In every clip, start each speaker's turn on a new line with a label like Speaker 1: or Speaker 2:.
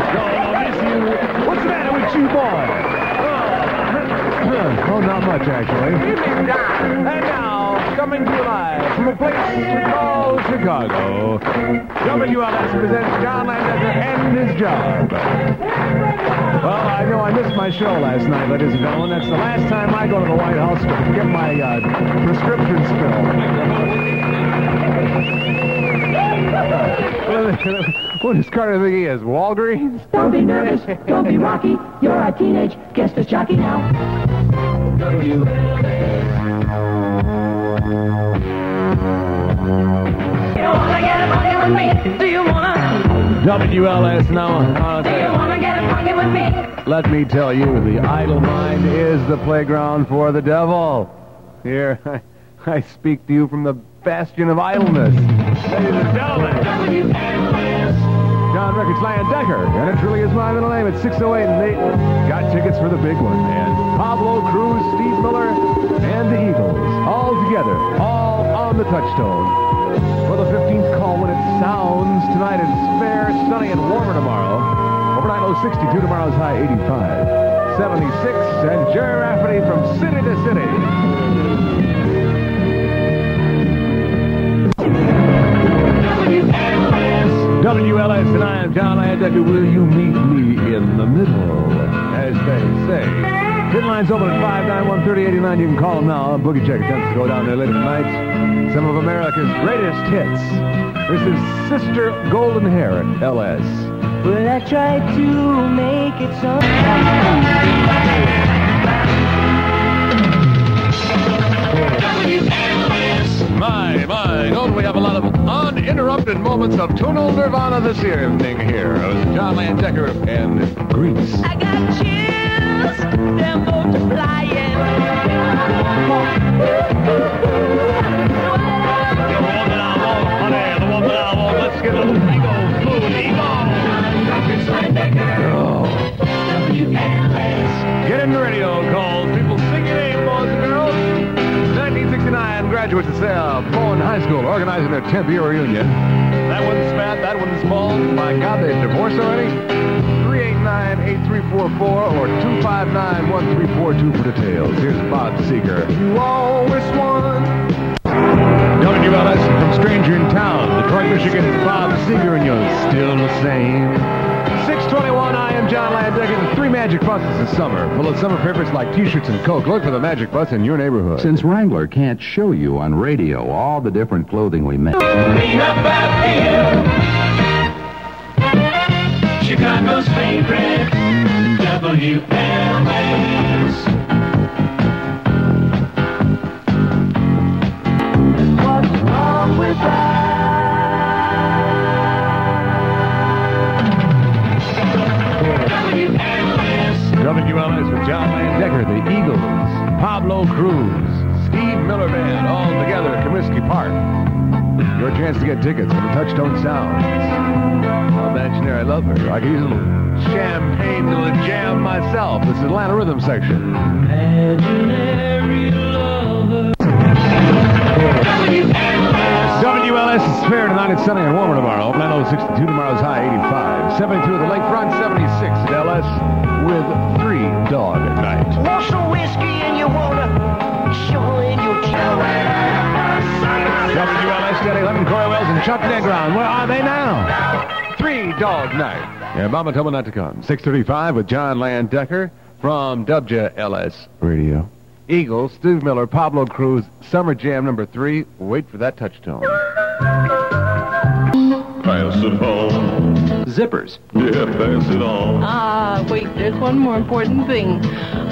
Speaker 1: Oh,
Speaker 2: Good evening, Don.
Speaker 1: And now, coming to you live from a place called Chicago, WLS presents John Landetter and his job. Well, I know I missed my show last night, ladies and gentlemen. That's the last time I go to the White House to get my uh, prescription filled. what does Carter think he is? Walgreens?
Speaker 3: Don't be nervous, don't be rocky. You're a teenage guest disc jockey now.
Speaker 4: You wanna get it funky with me? Do you wanna?
Speaker 1: WLS now. Uh,
Speaker 4: Do you wanna get it funky with me?
Speaker 1: Let me tell you, the idle mind is the playground for the devil. Here, I, I speak to you from the bastion of idleness. Ladies and gentlemen, John Records, Lion Decker, and it truly is my middle name. It's 608 and 8. Got tickets for the big one, man. Pablo Cruz, Steve Miller, and the Eagles. All together, all on the touchstone. For the 15th call when it sounds tonight, it's fair, sunny, and warmer tomorrow. Overnight low 62, tomorrow's high 85. 76, and Jerry Rafferty from city to city. WLS, and I am John Landecker. Will you meet me in the middle, as they say? Pin lines open at 591 3089. You can call them now. Boogie Check attempts to go down there later tonight. Some of America's greatest hits. This is Sister Golden Hair at LS.
Speaker 5: But I try to make it so.
Speaker 1: My, my, don't we have a lot of uninterrupted moments of tonal nirvana this evening here. It was John Landecker and Greece.
Speaker 4: I got chills, they're multiplying.
Speaker 1: Let's get a little Oh. Get in the radio calls. People sing your name, boys and girls. 1969 graduates of uh, Bowen High School organizing their 10th year reunion. That one's fat, that one's bald. My God, they're divorced already? 389-8344 or 259-1342 for details. Here's Bob Seeger. You always won. WLS from Stranger in Town, Detroit, Michigan's Bob Seger, and you're still the same. 621, I am John Landecker. The three magic buses this summer, full of summer favorites like T-shirts and Coke. Look for the magic bus in your neighborhood.
Speaker 6: Since Wrangler can't show you on radio all the different clothing we make,
Speaker 7: Chicago's favorite WLS.
Speaker 1: WLS with John Landecker, the Eagles, Pablo Cruz, Steve Miller Band, all together at Comiskey Park. Your chance to get tickets for the Touchstone Sounds. I'll mention her, I love her. I could use a little champagne to the jam myself. This is Atlanta Rhythm Section. WLS is fair tonight. It's sunny and warmer tomorrow. Overnight low 62. Tomorrow's high 85. 72 at the lakefront. 76 at LS with three dog at night.
Speaker 5: Want some whiskey and you wanna show in your
Speaker 1: WLS Steady 11 Corey Wells and Chuck Negron. Where are they now? Three dog night. Yeah, Mama told me not to come. 635 with John Landecker from WLS Radio. Eagles, Steve Miller, Pablo Cruz, Summer Jam number three. Wait for that touchstone.
Speaker 7: Pass the phone.
Speaker 6: zippers,
Speaker 7: Yeah, pass it on.
Speaker 8: Ah, wait, there's one more important thing.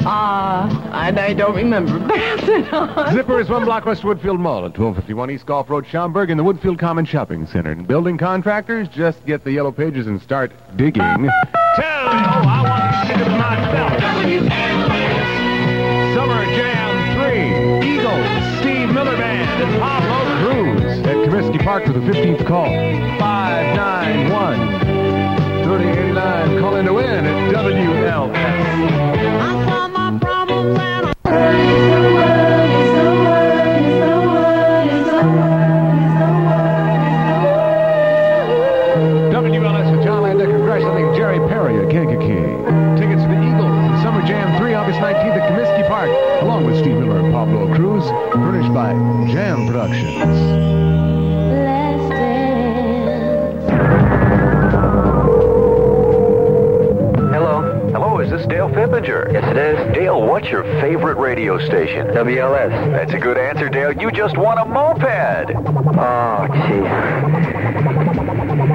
Speaker 8: Ah, I, I don't remember. Pass it on.
Speaker 1: Zipper is one block west Woodfield Mall at 1251 East Golf Road, Schaumburg, in the Woodfield Common Shopping Center. And building contractors, just get the yellow pages and start digging. Tell me, oh, I want to see it myself. Summer Jam 3, Eagles, Steve Miller Band, and Pablo Cruz at Comiskey Park for the 15th call. 591 3089. Call in to win at WLS. WLS with John Landecker congratulating Jerry Perry at Kankakee. Tickets for the Eagles, Summer Jam 3, August 19th at Comiskey Park, along with Steve Miller and Pablo
Speaker 2: Dale, what's your favorite radio station?
Speaker 9: WLS.
Speaker 2: That's a good answer, Dale. You just won a moped.
Speaker 9: Oh, jeez.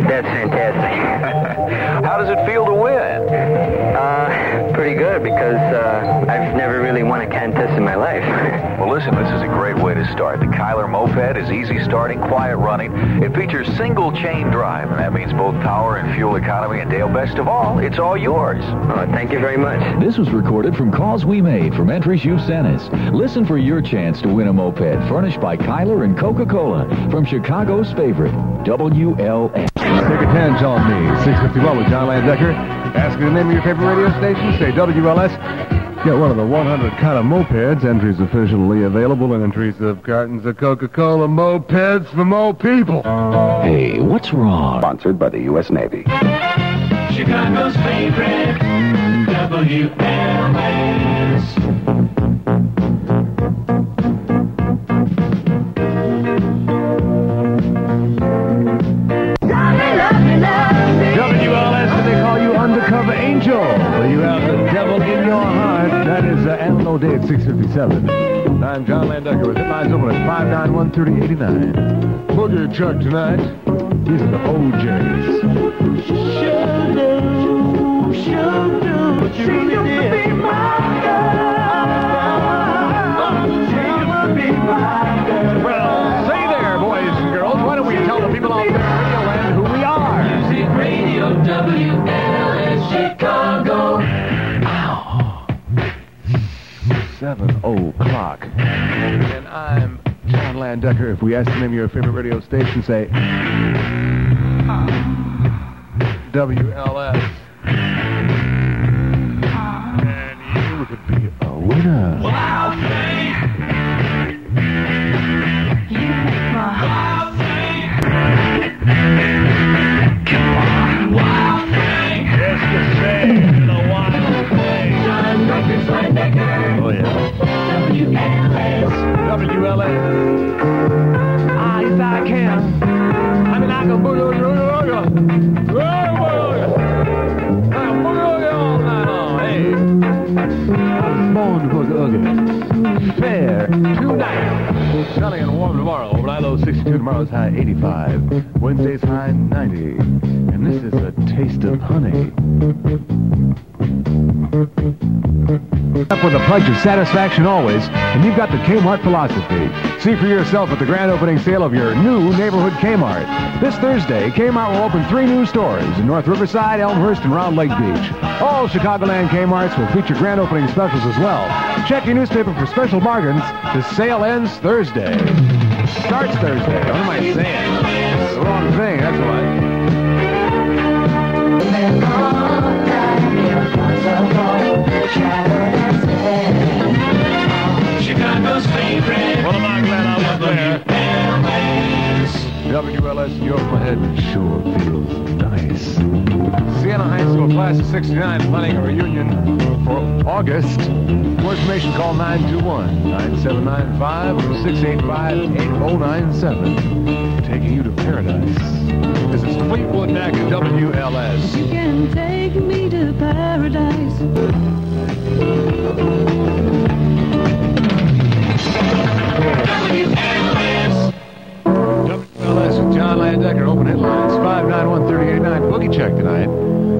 Speaker 9: That's fantastic.
Speaker 2: How does it feel to win?
Speaker 9: Uh, pretty good because uh, I've never really won a contest in my life.
Speaker 2: Well, listen, this is a great way to start. The Kyler Moped is easy starting, quiet running. It features single chain drive, and that means both power and fuel economy. And Dale, best of all, it's all yours.
Speaker 9: Oh, thank you very much.
Speaker 10: This was recorded from calls we made from entries you've sent us. Listen for your chance to win a moped furnished by Kyler and Coca-Cola from Chicago's favorite, WLS.
Speaker 1: Take a chance on me. 651 with John Landecker. Ask you the name of your favorite radio station. Say WLS. Get one of the 100 kind of mopeds. Entries officially available and entries of cartons of Coca-Cola mopeds for more people.
Speaker 10: Hey, what's wrong?
Speaker 6: Sponsored by the U.S. Navy.
Speaker 7: Chicago's favorite WLS.
Speaker 1: WLS, and they call you Undercover Angel. You have the devil in your heart. That is uh, Alan O'Day at 657. I'm John Landecker with Headlines Open at 591 3089. Booger Chuck tonight. These are the OJs. Well, say there, boys and girls. Why don't we tell the people out there in Radio Land who we are? seven o'clock. And I'm John Landecker. If we ask the name of your favorite radio station, say WLS. And you could be a winner. Yes, you say. The wild thing. Oh, yeah. WLS. WLS. Ah, yes, I can. I mean, I can boogie, boogie, boogie. Boogie, boogie. I can boogie, boogie all night long. Hey. I'm born to boogie, boogie. Fair tonight. Sunny and warm tomorrow. Overnight low 62, tomorrow's high 85. Wednesday's high 90. And this is a taste of honey. Up with a punch of satisfaction always, and you've got the Kmart philosophy. See for yourself at the grand opening sale of your new neighborhood Kmart. This Thursday, Kmart will open three new stores in North Riverside, Elmhurst, and Round Lake Beach. All Chicagoland Kmart's will feature grand opening specials as well. Check your newspaper for special bargains. The sale ends Thursday. Starts Thursday. What am I saying? The wrong thing, that's why.
Speaker 7: Chicago's favorite
Speaker 1: Well, am I glad I was there.
Speaker 7: WLS.
Speaker 1: WLS in your head sure feels nice. Siena High School Class of 69 planning a reunion for August. For information, call 921-9795 or 685-8097. Taking you to paradise. This is Fleetwood Mac at WLS.
Speaker 4: can take me to paradise.
Speaker 1: WLS with John Landecker, open headlines, 591-3089. Boogie check tonight.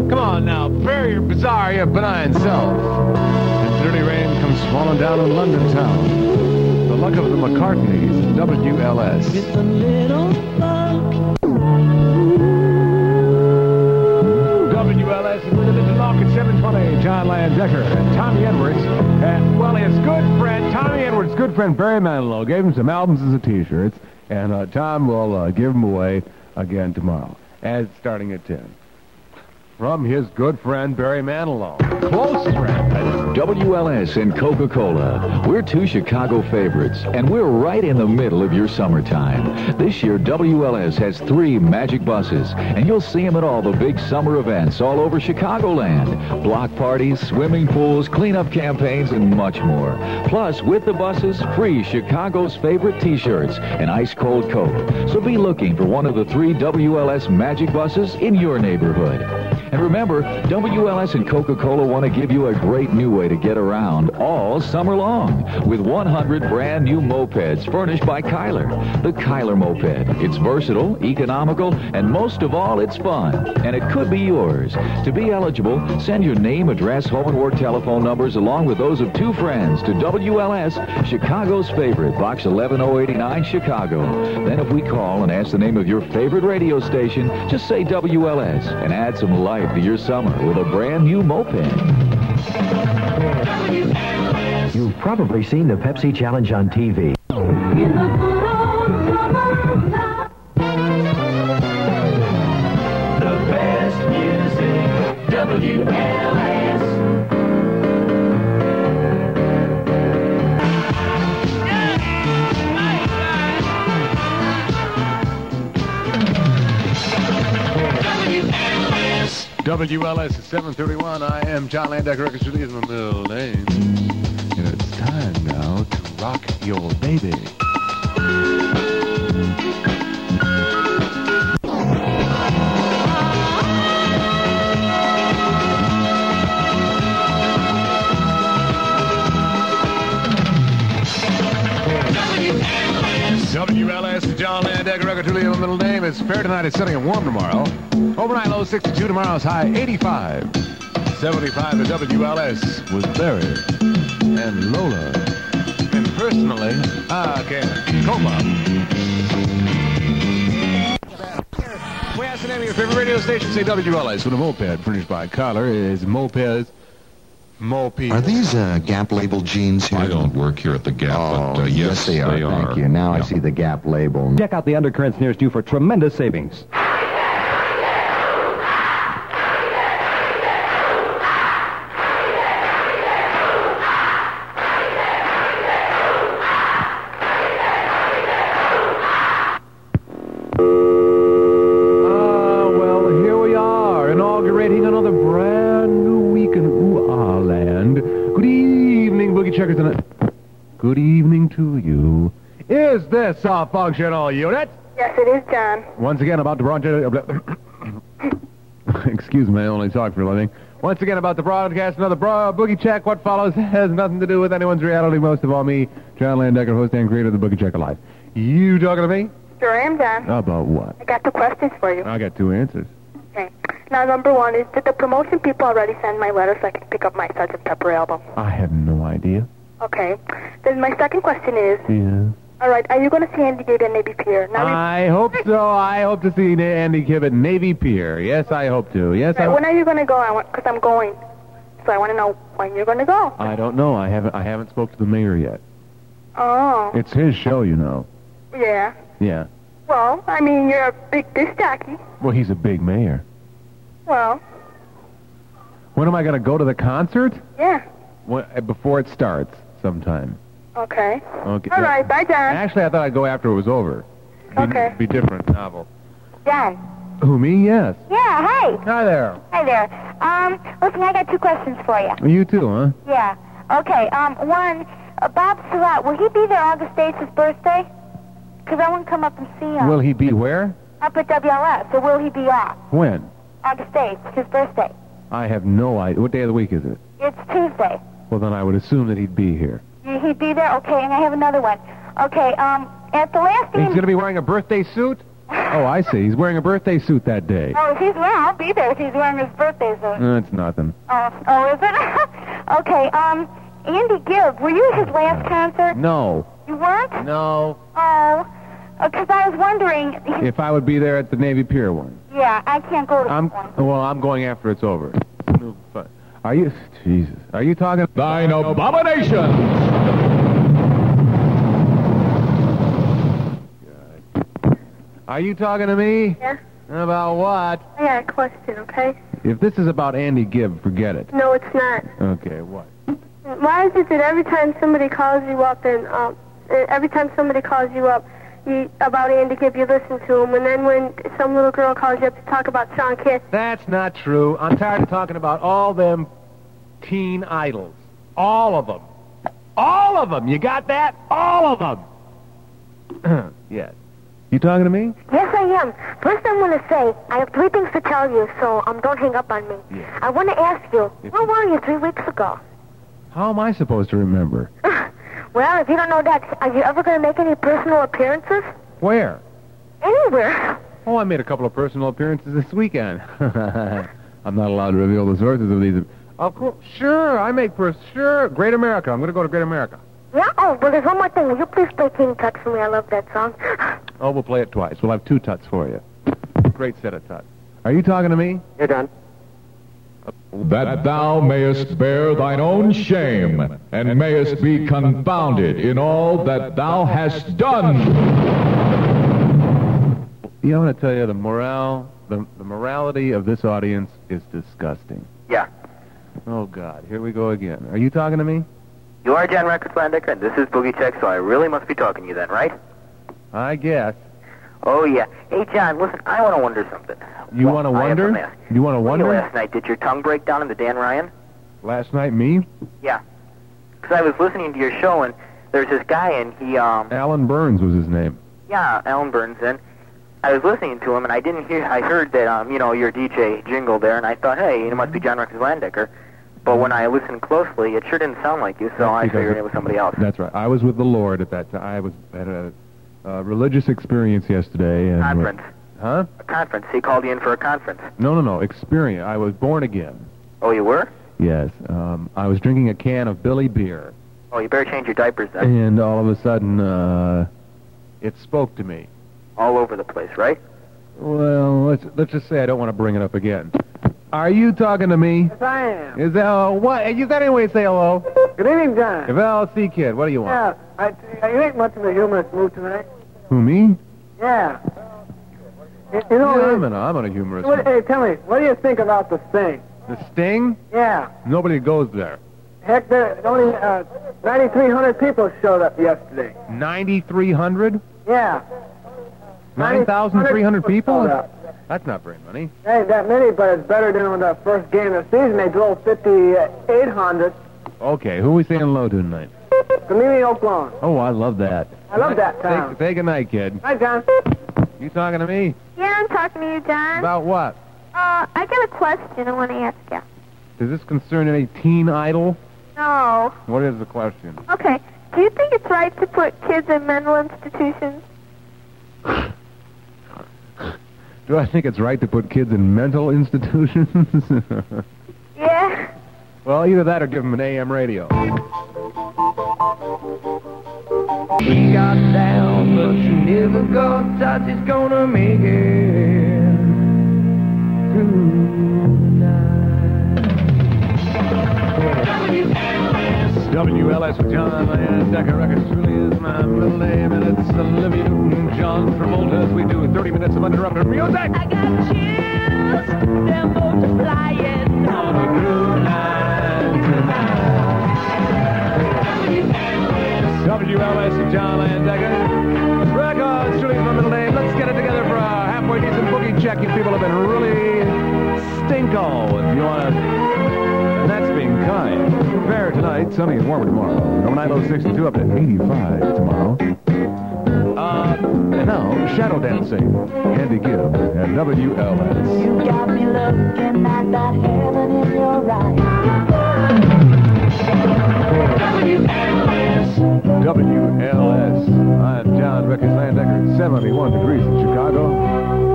Speaker 1: Come on now, bury your bizarre, your benign self. And dirty rain comes falling down on London town. The luck of the McCartneys, WLS. WLS is limited to Lock at 720. John Landecker and Tommy Edwards. And, well, his good friend, Tommy Edwards' good friend Barry Manilow, gave him some albums as a T-shirts. And uh, Tom will uh, give them away again tomorrow, as starting at 10. From his good friend Barry Manilow. Close friend.
Speaker 10: WLS and Coca-Cola. We're two Chicago favorites, and we're right in the middle of your summertime. This year, WLS has three magic buses, and you'll see them at all the big summer events all over Chicagoland. Block parties, swimming pools, cleanup campaigns, and much more. Plus, with the buses, free Chicago's favorite t-shirts and ice-cold Coke. So be looking for one of the three WLS magic buses in your neighborhood. And remember, WLS and Coca-Cola want to give you a great new way to get around all summer long with 100 brand new mopeds furnished by Kyler. The Kyler moped. It's versatile, economical, and most of all, it's fun. And it could be yours. To be eligible, send your name, address, home and work telephone numbers along with those of two friends to WLS, Chicago's favorite, Box 11089, Chicago. Then if we call and ask the name of your favorite radio station, just say WLS and add some life to your summer with a brand new moped.
Speaker 11: You've probably seen the Pepsi Challenge on TV.
Speaker 12: The best music, WLS.
Speaker 1: WLS is 731. I am John Landecker, record studio in my middle name. And it's time now to rock your baby. WLS, John Landecker, record studio in my middle name. It's fair tonight. It's sunny and warm tomorrow. Overnight low 62, tomorrow's high 85. 75 at WLS was Barry and Lola. And personally, I can come We asked the name of your favorite radio station, say WLS, with a moped furnished by Collar is Mopeds. Moped.
Speaker 13: Are these uh, Gap label jeans here? I don't work here at the Gap, oh, but uh, yes,
Speaker 11: they are. Thank you. Now I see the Gap label. Check out the undercurrents nearest you for tremendous savings.
Speaker 10: Ah, well, here we are, inaugurating another brand new week in Ooh Ah Land. Good evening, Boogie Checkers. And good evening to you.
Speaker 1: Is this a functional unit?
Speaker 14: Yes, it is, John.
Speaker 1: Once again, about the broadcast. Excuse me, I only talk for a living. Once again, about the broadcast, another bro- boogie check. What follows has nothing to do with anyone's reality, most of all me, John Landecker, host and creator of the Boogie Check Alive. You talking to me?
Speaker 14: Sure am, John.
Speaker 1: About what?
Speaker 14: I got two questions for you.
Speaker 1: I got two answers.
Speaker 14: Okay. Now, number one is, did the promotion people already send my letter so I can pick up my Sgt. Pepper album?
Speaker 1: I have no idea.
Speaker 14: Okay. Then my second question is,
Speaker 1: Yeah.
Speaker 14: all right, are you going to see Andy Gibb at Navy Pier? Now,
Speaker 1: I hope so. I hope to see Na- Andy Gibb at Navy Pier. Yes, I hope to. Yes, I.
Speaker 14: Right, when are you going to go? I want because I'm going, so I want to know when you're going to go.
Speaker 1: I don't know. I haven't. I haven't spoke to the mayor yet.
Speaker 14: Oh,
Speaker 1: It's his show, you know.
Speaker 14: yeah.
Speaker 1: Yeah.
Speaker 14: Well, I mean, you're a big disc jockey.
Speaker 1: Well, he's a big mayor.
Speaker 14: Well,
Speaker 1: When am I going to go to the concert?
Speaker 14: yeah.
Speaker 1: When, uh, before it starts, sometime.
Speaker 14: Okay.
Speaker 1: Okay.
Speaker 14: All right. Bye, John.
Speaker 1: Actually, I thought I'd go after it was over. Be,
Speaker 14: Okay.
Speaker 1: Be different, novel.
Speaker 15: John.
Speaker 1: Who me? Yes.
Speaker 15: Yeah, hi.
Speaker 1: Hi there.
Speaker 15: Hi there. Um, listen, I got two questions for you.
Speaker 1: You too, huh?
Speaker 15: Yeah. Okay, um, one, uh, Bob Surratt, will he be there August 8th, his birthday? 'Cause I want to come up and see him.
Speaker 1: Will he be where?
Speaker 15: Up at WLS, so will he be off?
Speaker 1: When?
Speaker 15: August 8th, his birthday.
Speaker 1: I have no idea. What day of the week is it?
Speaker 15: It's Tuesday.
Speaker 1: Well, then I would assume that he'd be here.
Speaker 15: Will he be there? Okay, and I have another one. Okay, um, at the last
Speaker 1: He's
Speaker 15: game...
Speaker 1: going to be wearing a birthday suit? Oh, I see. He's wearing a birthday suit that day.
Speaker 15: Oh, if he's wearing, I'll be there if he's wearing his birthday suit.
Speaker 1: Uh, it's nothing.
Speaker 15: Oh, oh, is it? okay, um, Andy Gibb, were you at his last concert?
Speaker 1: No.
Speaker 15: You weren't?
Speaker 1: No.
Speaker 15: Oh, because I was wondering.
Speaker 1: If I would be there at the Navy Pier one.
Speaker 15: Yeah, I can't go to that
Speaker 1: I'm
Speaker 15: one.
Speaker 1: well. I'm going after it's over. No, fu- Are you? Jesus. Are you talking? Thine abomination. Are you talking to me?
Speaker 14: Yeah.
Speaker 1: About what?
Speaker 14: I got a question. Okay.
Speaker 1: If this is about Andy Gibb, forget it.
Speaker 14: No, it's not.
Speaker 1: Okay, what?
Speaker 14: Why is it that every time somebody calls you up and um, uh, every time somebody calls you up you, about Andy Gibb, you listen to him, and then when some little girl calls you up to talk about Sean Kiss,
Speaker 1: That's not true. I'm tired of talking about all them teen idols. All of them. All of them. You got that? All of them. yes. You talking to me?
Speaker 16: Yes, I am. First, I want to say I have three things to tell you, so um, don't hang up on me. I want to ask you, where were you three weeks ago?
Speaker 1: How am I supposed to remember?
Speaker 16: Well, if you don't know that, are you ever going to make any personal appearances?
Speaker 1: Where?
Speaker 16: Anywhere.
Speaker 1: Oh, I made a couple of personal appearances this weekend. I'm not allowed to reveal the sources of these. Of course, sure, I make pers- sure. Great America. I'm going to go to Great America.
Speaker 16: Yeah? Oh, well, there's one more thing. Will you please play King Tut for me? I love that song.
Speaker 1: Oh, we'll play it twice. We'll have two tuts for you. Great set of tuts. Are you talking to me?
Speaker 9: You're done.
Speaker 17: That thou mayest bear thine own shame, and mayest be confounded in all that thou hast done.
Speaker 1: You know, I want to tell you the morale, the, the morality of this audience is disgusting.
Speaker 9: Yeah.
Speaker 1: Oh God, here we go again. Are you talking to me?
Speaker 9: You are John Records Landecker, and this is Boogie Check, so I really must be talking to you then, right?
Speaker 1: I guess.
Speaker 9: Oh, yeah. Hey, John, listen, I want to wonder something.
Speaker 1: You want to
Speaker 9: I have a
Speaker 1: wonder?
Speaker 9: mask.
Speaker 1: You want to
Speaker 9: What do you
Speaker 1: wonder?
Speaker 9: Last night, did your tongue break down in the Dan Ryan?
Speaker 1: Last night, me,
Speaker 9: Yeah. Because I was listening to your show, and there's this guy, and he, um,
Speaker 1: Alan Burns was his name.
Speaker 9: yeah, Alan Burns, and I was listening to him, and I didn't hear, I heard that, um, you know, your DJ jingle there, and I thought, hey, it must be John Records Landecker. But when I listened closely, it sure didn't sound like you, so I
Speaker 1: because
Speaker 9: figured
Speaker 1: it-
Speaker 9: it was somebody else.
Speaker 1: That's right. I was with the Lord at that time. I was at a, uh religious experience yesterday. And
Speaker 9: Conference.
Speaker 1: Huh?
Speaker 9: A conference. He called you in for a conference.
Speaker 1: No, no, no. Experience. I was born again.
Speaker 9: Oh, you were?
Speaker 1: Yes. Um, I was drinking a can of Billy beer,
Speaker 9: Oh, you better change your diapers then.
Speaker 18: Uh,
Speaker 1: and all of a sudden, uh, it spoke to me.
Speaker 9: All over the place, right?
Speaker 1: Well, let's let's just say I don't want to bring it up again. Are you talking to me? Yes,
Speaker 19: I am.
Speaker 1: Is that uh, what? You got any way to say hello?
Speaker 19: Good evening, John.
Speaker 1: Cavell C. Kid, what do you want?
Speaker 19: Yeah, I, I- you ain't much of a humorous mood tonight.
Speaker 1: Who me?
Speaker 19: Yeah. You, you know,
Speaker 1: yeah, I'm, in a, I'm on a humorous.
Speaker 19: what, hey, tell me, what do you think about the Sting?
Speaker 1: The Sting?
Speaker 19: Yeah.
Speaker 1: Nobody goes there.
Speaker 19: Heck, there only uh, 9,300 people showed up yesterday.
Speaker 1: 9,300?
Speaker 19: Yeah.
Speaker 1: 9,300 people?
Speaker 19: showed up.
Speaker 1: That's not very many.
Speaker 19: Ain't that many, but it's better than on the first game of the season. They drove 5,800
Speaker 1: Okay, who are we saying hello to tonight?
Speaker 19: Galena, Oklahoma.
Speaker 1: Oh, I love that.
Speaker 19: I love that
Speaker 1: Say,
Speaker 19: town.
Speaker 1: say goodnight, kid.
Speaker 19: Hi, John.
Speaker 1: You talking to me?
Speaker 15: Yeah, I'm talking to you, John.
Speaker 1: About what?
Speaker 15: Uh, I got a question I want to ask you.
Speaker 1: Does this concern any teen idol?
Speaker 15: No.
Speaker 1: What is the question?
Speaker 15: Okay. Do you think it's right to put kids in mental institutions?
Speaker 1: Do I think it's right to put kids in mental institutions?
Speaker 15: Yeah.
Speaker 1: well, either that or give them an AM radio.
Speaker 7: He got down, but you never got touch. It's gonna make it
Speaker 1: WLS with John Landecker Records truly is my middle name, and it's Olivia Newton John Travolta as we do 30 minutes of uninterrupted music. I
Speaker 7: got chills, they're multiplying. On a groove line tonight.
Speaker 1: WLS with John Landecker Records truly is my middle name. Let's get it together for a halfway decent boogie check. You people have been really stinkle, if you want to. And that's being kind. Fair tonight, sunny and warmer tomorrow. oh Overnight low 62 up to 85 tomorrow. Uh, and now, shadow dancing. Andy Gibb at WLS.
Speaker 7: You got me looking at that heaven in your eyes.
Speaker 1: WLS. I'm John Records Landecker, 71 degrees in Chicago,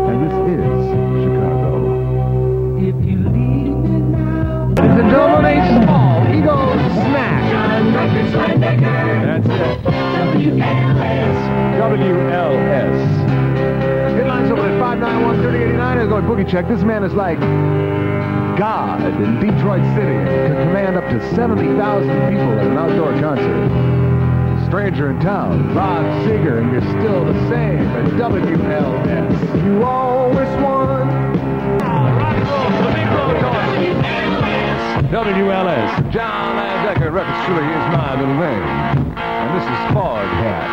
Speaker 1: and this is Chicago. If you leave me now, it's a double A small Eagle snack.
Speaker 7: John Records Landecker.
Speaker 1: That's it.
Speaker 7: WLS.
Speaker 1: WLS. Headlines over at 591 3089 is going boogie check. This man is like God in Detroit City and could command up to 70,000 people at an outdoor concert. Stranger in town, Bob Seger, and you're still the same at WLS. You always won. WLS, John Landecker Records truly is my middle name. And this is Fog Hat.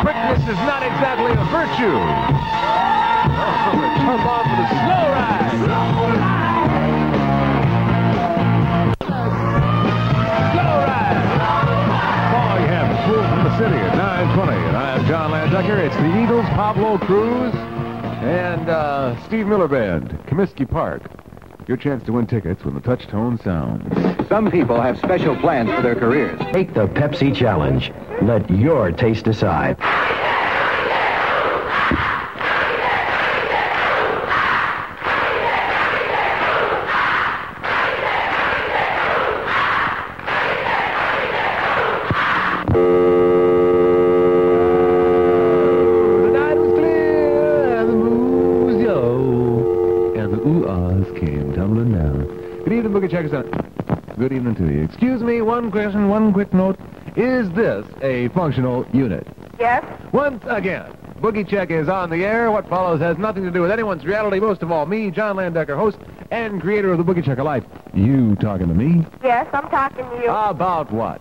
Speaker 1: Quickness is not exactly a virtue. Jump off for the slow ride. Slow ride. Slow ride. Fog Hat, pulled from the City at 920. And I am John Landecker. It's the Eagles, Pablo Cruz, and uh, Steve Miller Band, Comiskey Park. Your chance to win tickets when the touch tone sounds.
Speaker 20: Some people have special plans for their careers.
Speaker 18: Take the Pepsi Challenge. Let your taste decide.
Speaker 1: Who's yo? And the ooh ahs came tumbling down. Good evening, Boogie Checkers. and- Good evening to you. Excuse me, one question, one quick note. Is this a functional unit?
Speaker 15: Yes?
Speaker 1: Once again, Boogie Check is on the air. What follows has nothing to do with anyone's reality. Most of all, me, John Landecker, host and creator of the Boogie Checker Life. You talking to me?
Speaker 15: Yes, I'm talking to you.
Speaker 1: About what?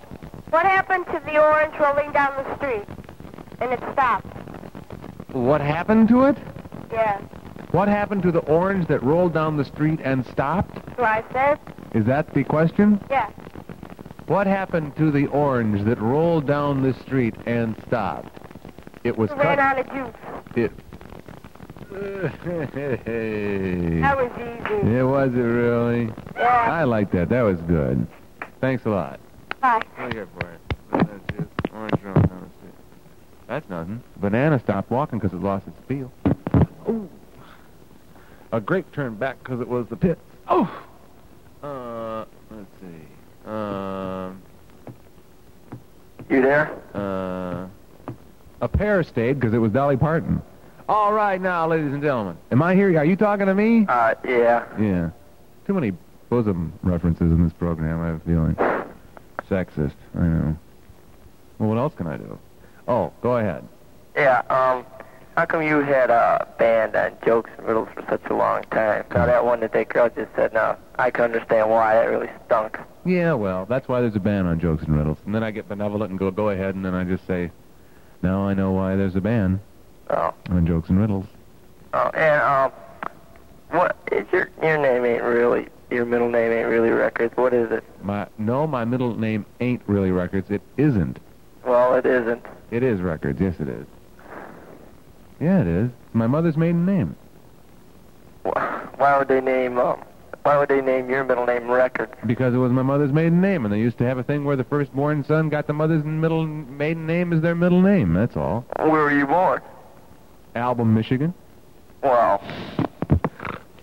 Speaker 15: What happened to the orange rolling down the street? And it stopped.
Speaker 1: What happened to it?
Speaker 15: Yes.
Speaker 1: What happened to the orange that rolled down the street and stopped?
Speaker 15: So I said,
Speaker 1: Is that the question?
Speaker 15: yes.
Speaker 1: What happened to the orange that rolled down the street and stopped? It was
Speaker 15: ran
Speaker 1: cut.
Speaker 15: out of juice.
Speaker 1: It.
Speaker 15: That
Speaker 1: that
Speaker 15: was easy.
Speaker 1: It was it really?
Speaker 15: Yeah.
Speaker 1: I like that. That was good. Thanks a lot.
Speaker 15: Bye.
Speaker 1: Look here for it. Banana juice, orange roll down the street. That's nothing. Banana stopped walking because it lost its feel. Ooh. A grape turned back because it was the pit. Oh. Uh, let's see. Um.
Speaker 9: You there?
Speaker 1: Uh. A pear stayed because it was Dolly Parton. All right, now, ladies and gentlemen. Am I here? Are you talking to me?
Speaker 9: Uh, yeah.
Speaker 1: Yeah. Too many bosom references in this program, I have a feeling. Sexist, I know. Well, what else can I do? Oh, go ahead.
Speaker 9: Yeah, um, how come you had a band on jokes and riddles for such a long time? Now that one that that girl just said, no, I can understand why. That really stunk.
Speaker 1: Yeah, well, that's why there's a ban on jokes and riddles. And then I get benevolent and go, go ahead, and then I just say, now I know why there's a ban
Speaker 9: Oh,
Speaker 1: on jokes and riddles.
Speaker 9: oh, and um, what is your your name ain't really your middle name ain't really records. What is it?
Speaker 1: My No, my middle name ain't really records. It isn't.
Speaker 9: Well, it isn't.
Speaker 1: It is records. Yes, it is. Yeah, it is. It's my mother's maiden name.
Speaker 9: Wh- Why would they name um? Why would they name your middle name records?
Speaker 1: Because it was my mother's maiden name, and they used to have a thing where the firstborn son got the mother's middle maiden name as their middle name. That's all.
Speaker 9: Where were you born?
Speaker 1: Album, Michigan.
Speaker 9: Well,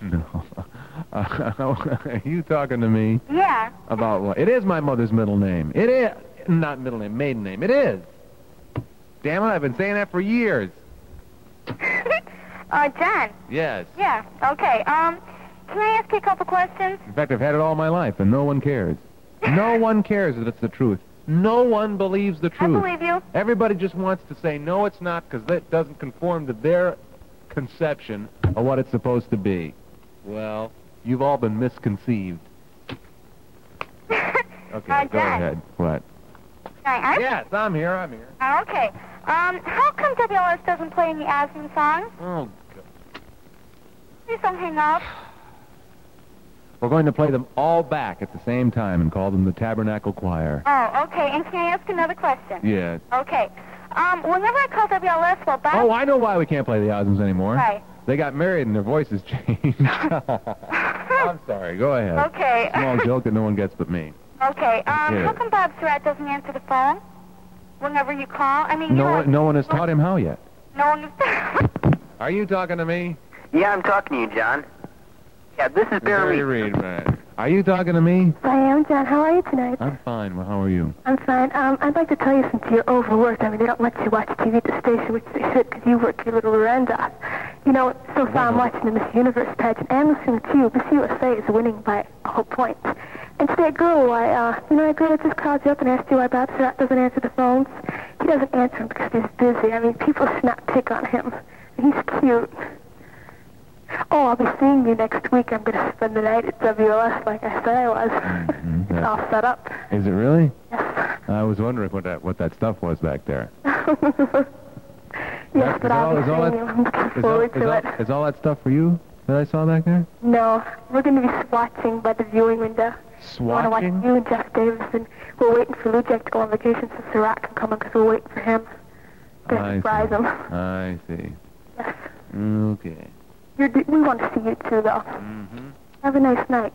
Speaker 1: No. Are you talking to me
Speaker 16: Yeah.
Speaker 1: about what? It is my mother's middle name. It is not middle name, maiden name. It is. Damn it! I've been saying that for years.
Speaker 16: Uh, John.
Speaker 1: Yes.
Speaker 16: Yeah. Okay. Um, can I ask you a couple questions?
Speaker 1: In fact, I've had it all my life, and no one cares. No one cares that it's the truth. No one believes the truth.
Speaker 16: believe you.
Speaker 1: Everybody just wants to say, no, it's not, because that doesn't conform to their conception of what it's supposed to be. Well, you've all been misconceived. Okay,
Speaker 16: Uh,
Speaker 1: go
Speaker 16: Dad.
Speaker 1: ahead. What?
Speaker 16: Hi, I'm-
Speaker 1: Yes, I'm here, I'm here.
Speaker 16: Uh, okay. Um, how come WLS doesn't play any Aslan songs?
Speaker 1: Oh,
Speaker 16: Please don't hang up.
Speaker 1: We're going to play them all back at the same time and call them the Tabernacle Choir.
Speaker 16: Oh, okay. And can I ask another question?
Speaker 1: Yeah.
Speaker 16: Okay. Um, whenever I call WLS, well, Bob.
Speaker 1: Oh, I know why we can't play the Osmonds anymore.
Speaker 16: Right.
Speaker 1: They got married and their voices changed. I'm sorry. Go ahead.
Speaker 16: Okay.
Speaker 1: Small joke that no one gets but me.
Speaker 16: Okay. Um,
Speaker 1: Yeah.
Speaker 16: how come Bob Surratt doesn't answer the phone whenever you call? I mean, you
Speaker 1: No
Speaker 16: know,
Speaker 1: one, no one has taught him how yet.
Speaker 16: no one is.
Speaker 1: Are you talking to me?
Speaker 9: yeah, I'm talking to you, John. Yeah, this is Barry.
Speaker 1: Barry Reed, right. Are you talking to me?
Speaker 15: I am John. How are you tonight?
Speaker 1: I'm fine. Well, how are you?
Speaker 15: I'm fine. Um, I'd like to tell you since you're overworked. I mean, they don't let you watch TV at the station, which they should, because you work your little errands off. You know, so far I'm watching the Miss Universe pageant and listening to you. Miss USA is winning by a whole point. And today, a girl, I, uh, you know, a girl just called you up and asked you why Bob Surratt doesn't answer the phones. He doesn't answer them because he's busy. I mean, people snot pick on him. He's cute. Oh, I'll be seeing you next week. I'm going to spend the night at WLS like I said I was.
Speaker 1: Yeah.
Speaker 15: All set up.
Speaker 1: Is it really? I was wondering what that what that stuff was back there.
Speaker 15: yes,
Speaker 1: Is
Speaker 15: but I'll
Speaker 1: all-
Speaker 15: be
Speaker 1: is all
Speaker 15: seeing
Speaker 1: that-
Speaker 15: you. I'm looking
Speaker 1: Is all,
Speaker 15: forward
Speaker 1: is
Speaker 15: to
Speaker 1: all-
Speaker 15: it.
Speaker 1: is all that stuff for you?
Speaker 21: that I saw back there?
Speaker 15: No, we're going to be swatching by the viewing window. I want to watch you and Jeff Davis, and we're waiting for Lou Jack to go on vacation so Sirach can come in because we're waiting for him to
Speaker 21: I
Speaker 15: surprise
Speaker 21: see.
Speaker 15: him.
Speaker 21: I see.
Speaker 15: Yes.
Speaker 21: Okay.
Speaker 15: You're, d- we want to see you too, though.
Speaker 21: Mm-hmm.
Speaker 15: Have a nice night.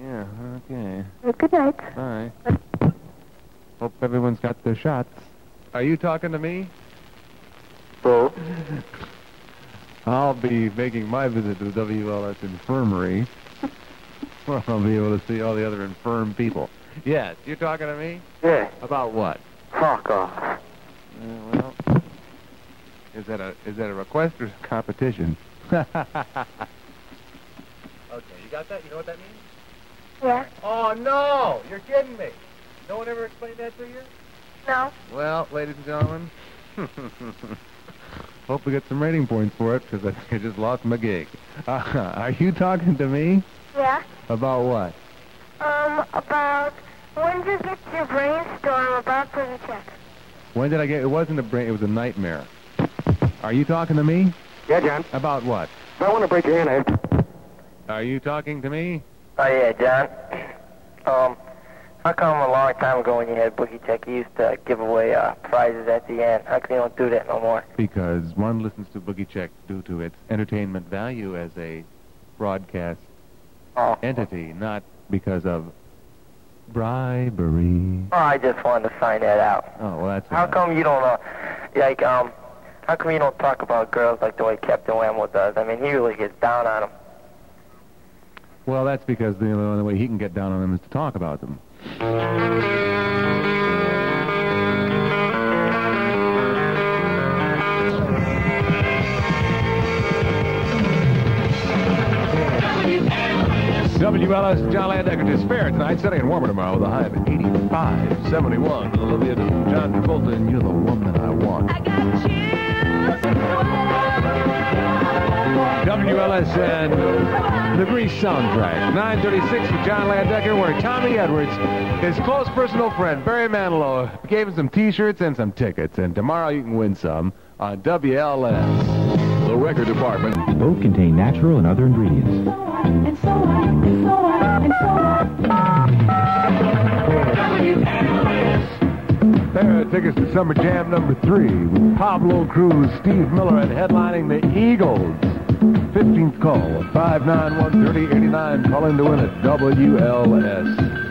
Speaker 21: Yeah, okay.
Speaker 15: Uh, Good night.
Speaker 21: Bye. Hope everyone's got their shots. Are you talking to me?
Speaker 9: Bo?
Speaker 1: I'll be making my visit to the WLS infirmary. where I'll be able to see all the other infirm people. Yes, you're talking to me?
Speaker 9: Yeah.
Speaker 1: About what?
Speaker 9: Fuck off.
Speaker 1: Uh, well, is that a is that a request or competition? Okay, you got that? You know what that means?
Speaker 16: Yeah.
Speaker 1: Oh, no! You're kidding me! No one ever explained that to you?
Speaker 16: No.
Speaker 1: Well, ladies and gentlemen, hope we get some rating points for it because I think I just lost my gig. Uh, are you talking to me?
Speaker 16: Yeah.
Speaker 1: About what?
Speaker 16: Um, about when did you get your brainstorm about prison check?
Speaker 1: When did I get? It wasn't a brain. It was a nightmare. Are you talking to me?
Speaker 9: Yeah, John.
Speaker 1: About what?
Speaker 9: I want to break your hand. I...
Speaker 1: Are you talking to me?
Speaker 9: Oh, yeah, John. Um, how come a long time ago when you had Boogie Check, you used to give away uh, prizes at the end? How come you don't do that no more?
Speaker 1: Because one listens to Boogie Check due to its entertainment value as a broadcast
Speaker 9: Oh,
Speaker 1: entity, not because of bribery.
Speaker 9: Oh, I just wanted to find that out.
Speaker 1: Oh, well, that's
Speaker 9: How come you don't, uh, like, um, how come you don't talk about girls like the way Captain Whammo does? I mean, he really gets down on them.
Speaker 1: well, that's because the only only way he can get down on them is to talk about them. WLS John Landecker is fair tonight, sunny and warmer tomorrow with a high of 85, 71. Olivia to John Travolta, and you're the woman I want. WLS and the Grease soundtrack. 936 with John Landecker, where Tommy Edwards, his close personal friend, Barry Manilow, gave him some t-shirts and some tickets. And tomorrow you can win some on WLS. The record department.
Speaker 18: Both contain natural and other ingredients.
Speaker 1: There are tickets to Summer Jam number three with Pablo Cruz, Steve Miller, and headlining the Eagles. 15th call at 591-3089. Calling to win at WLS.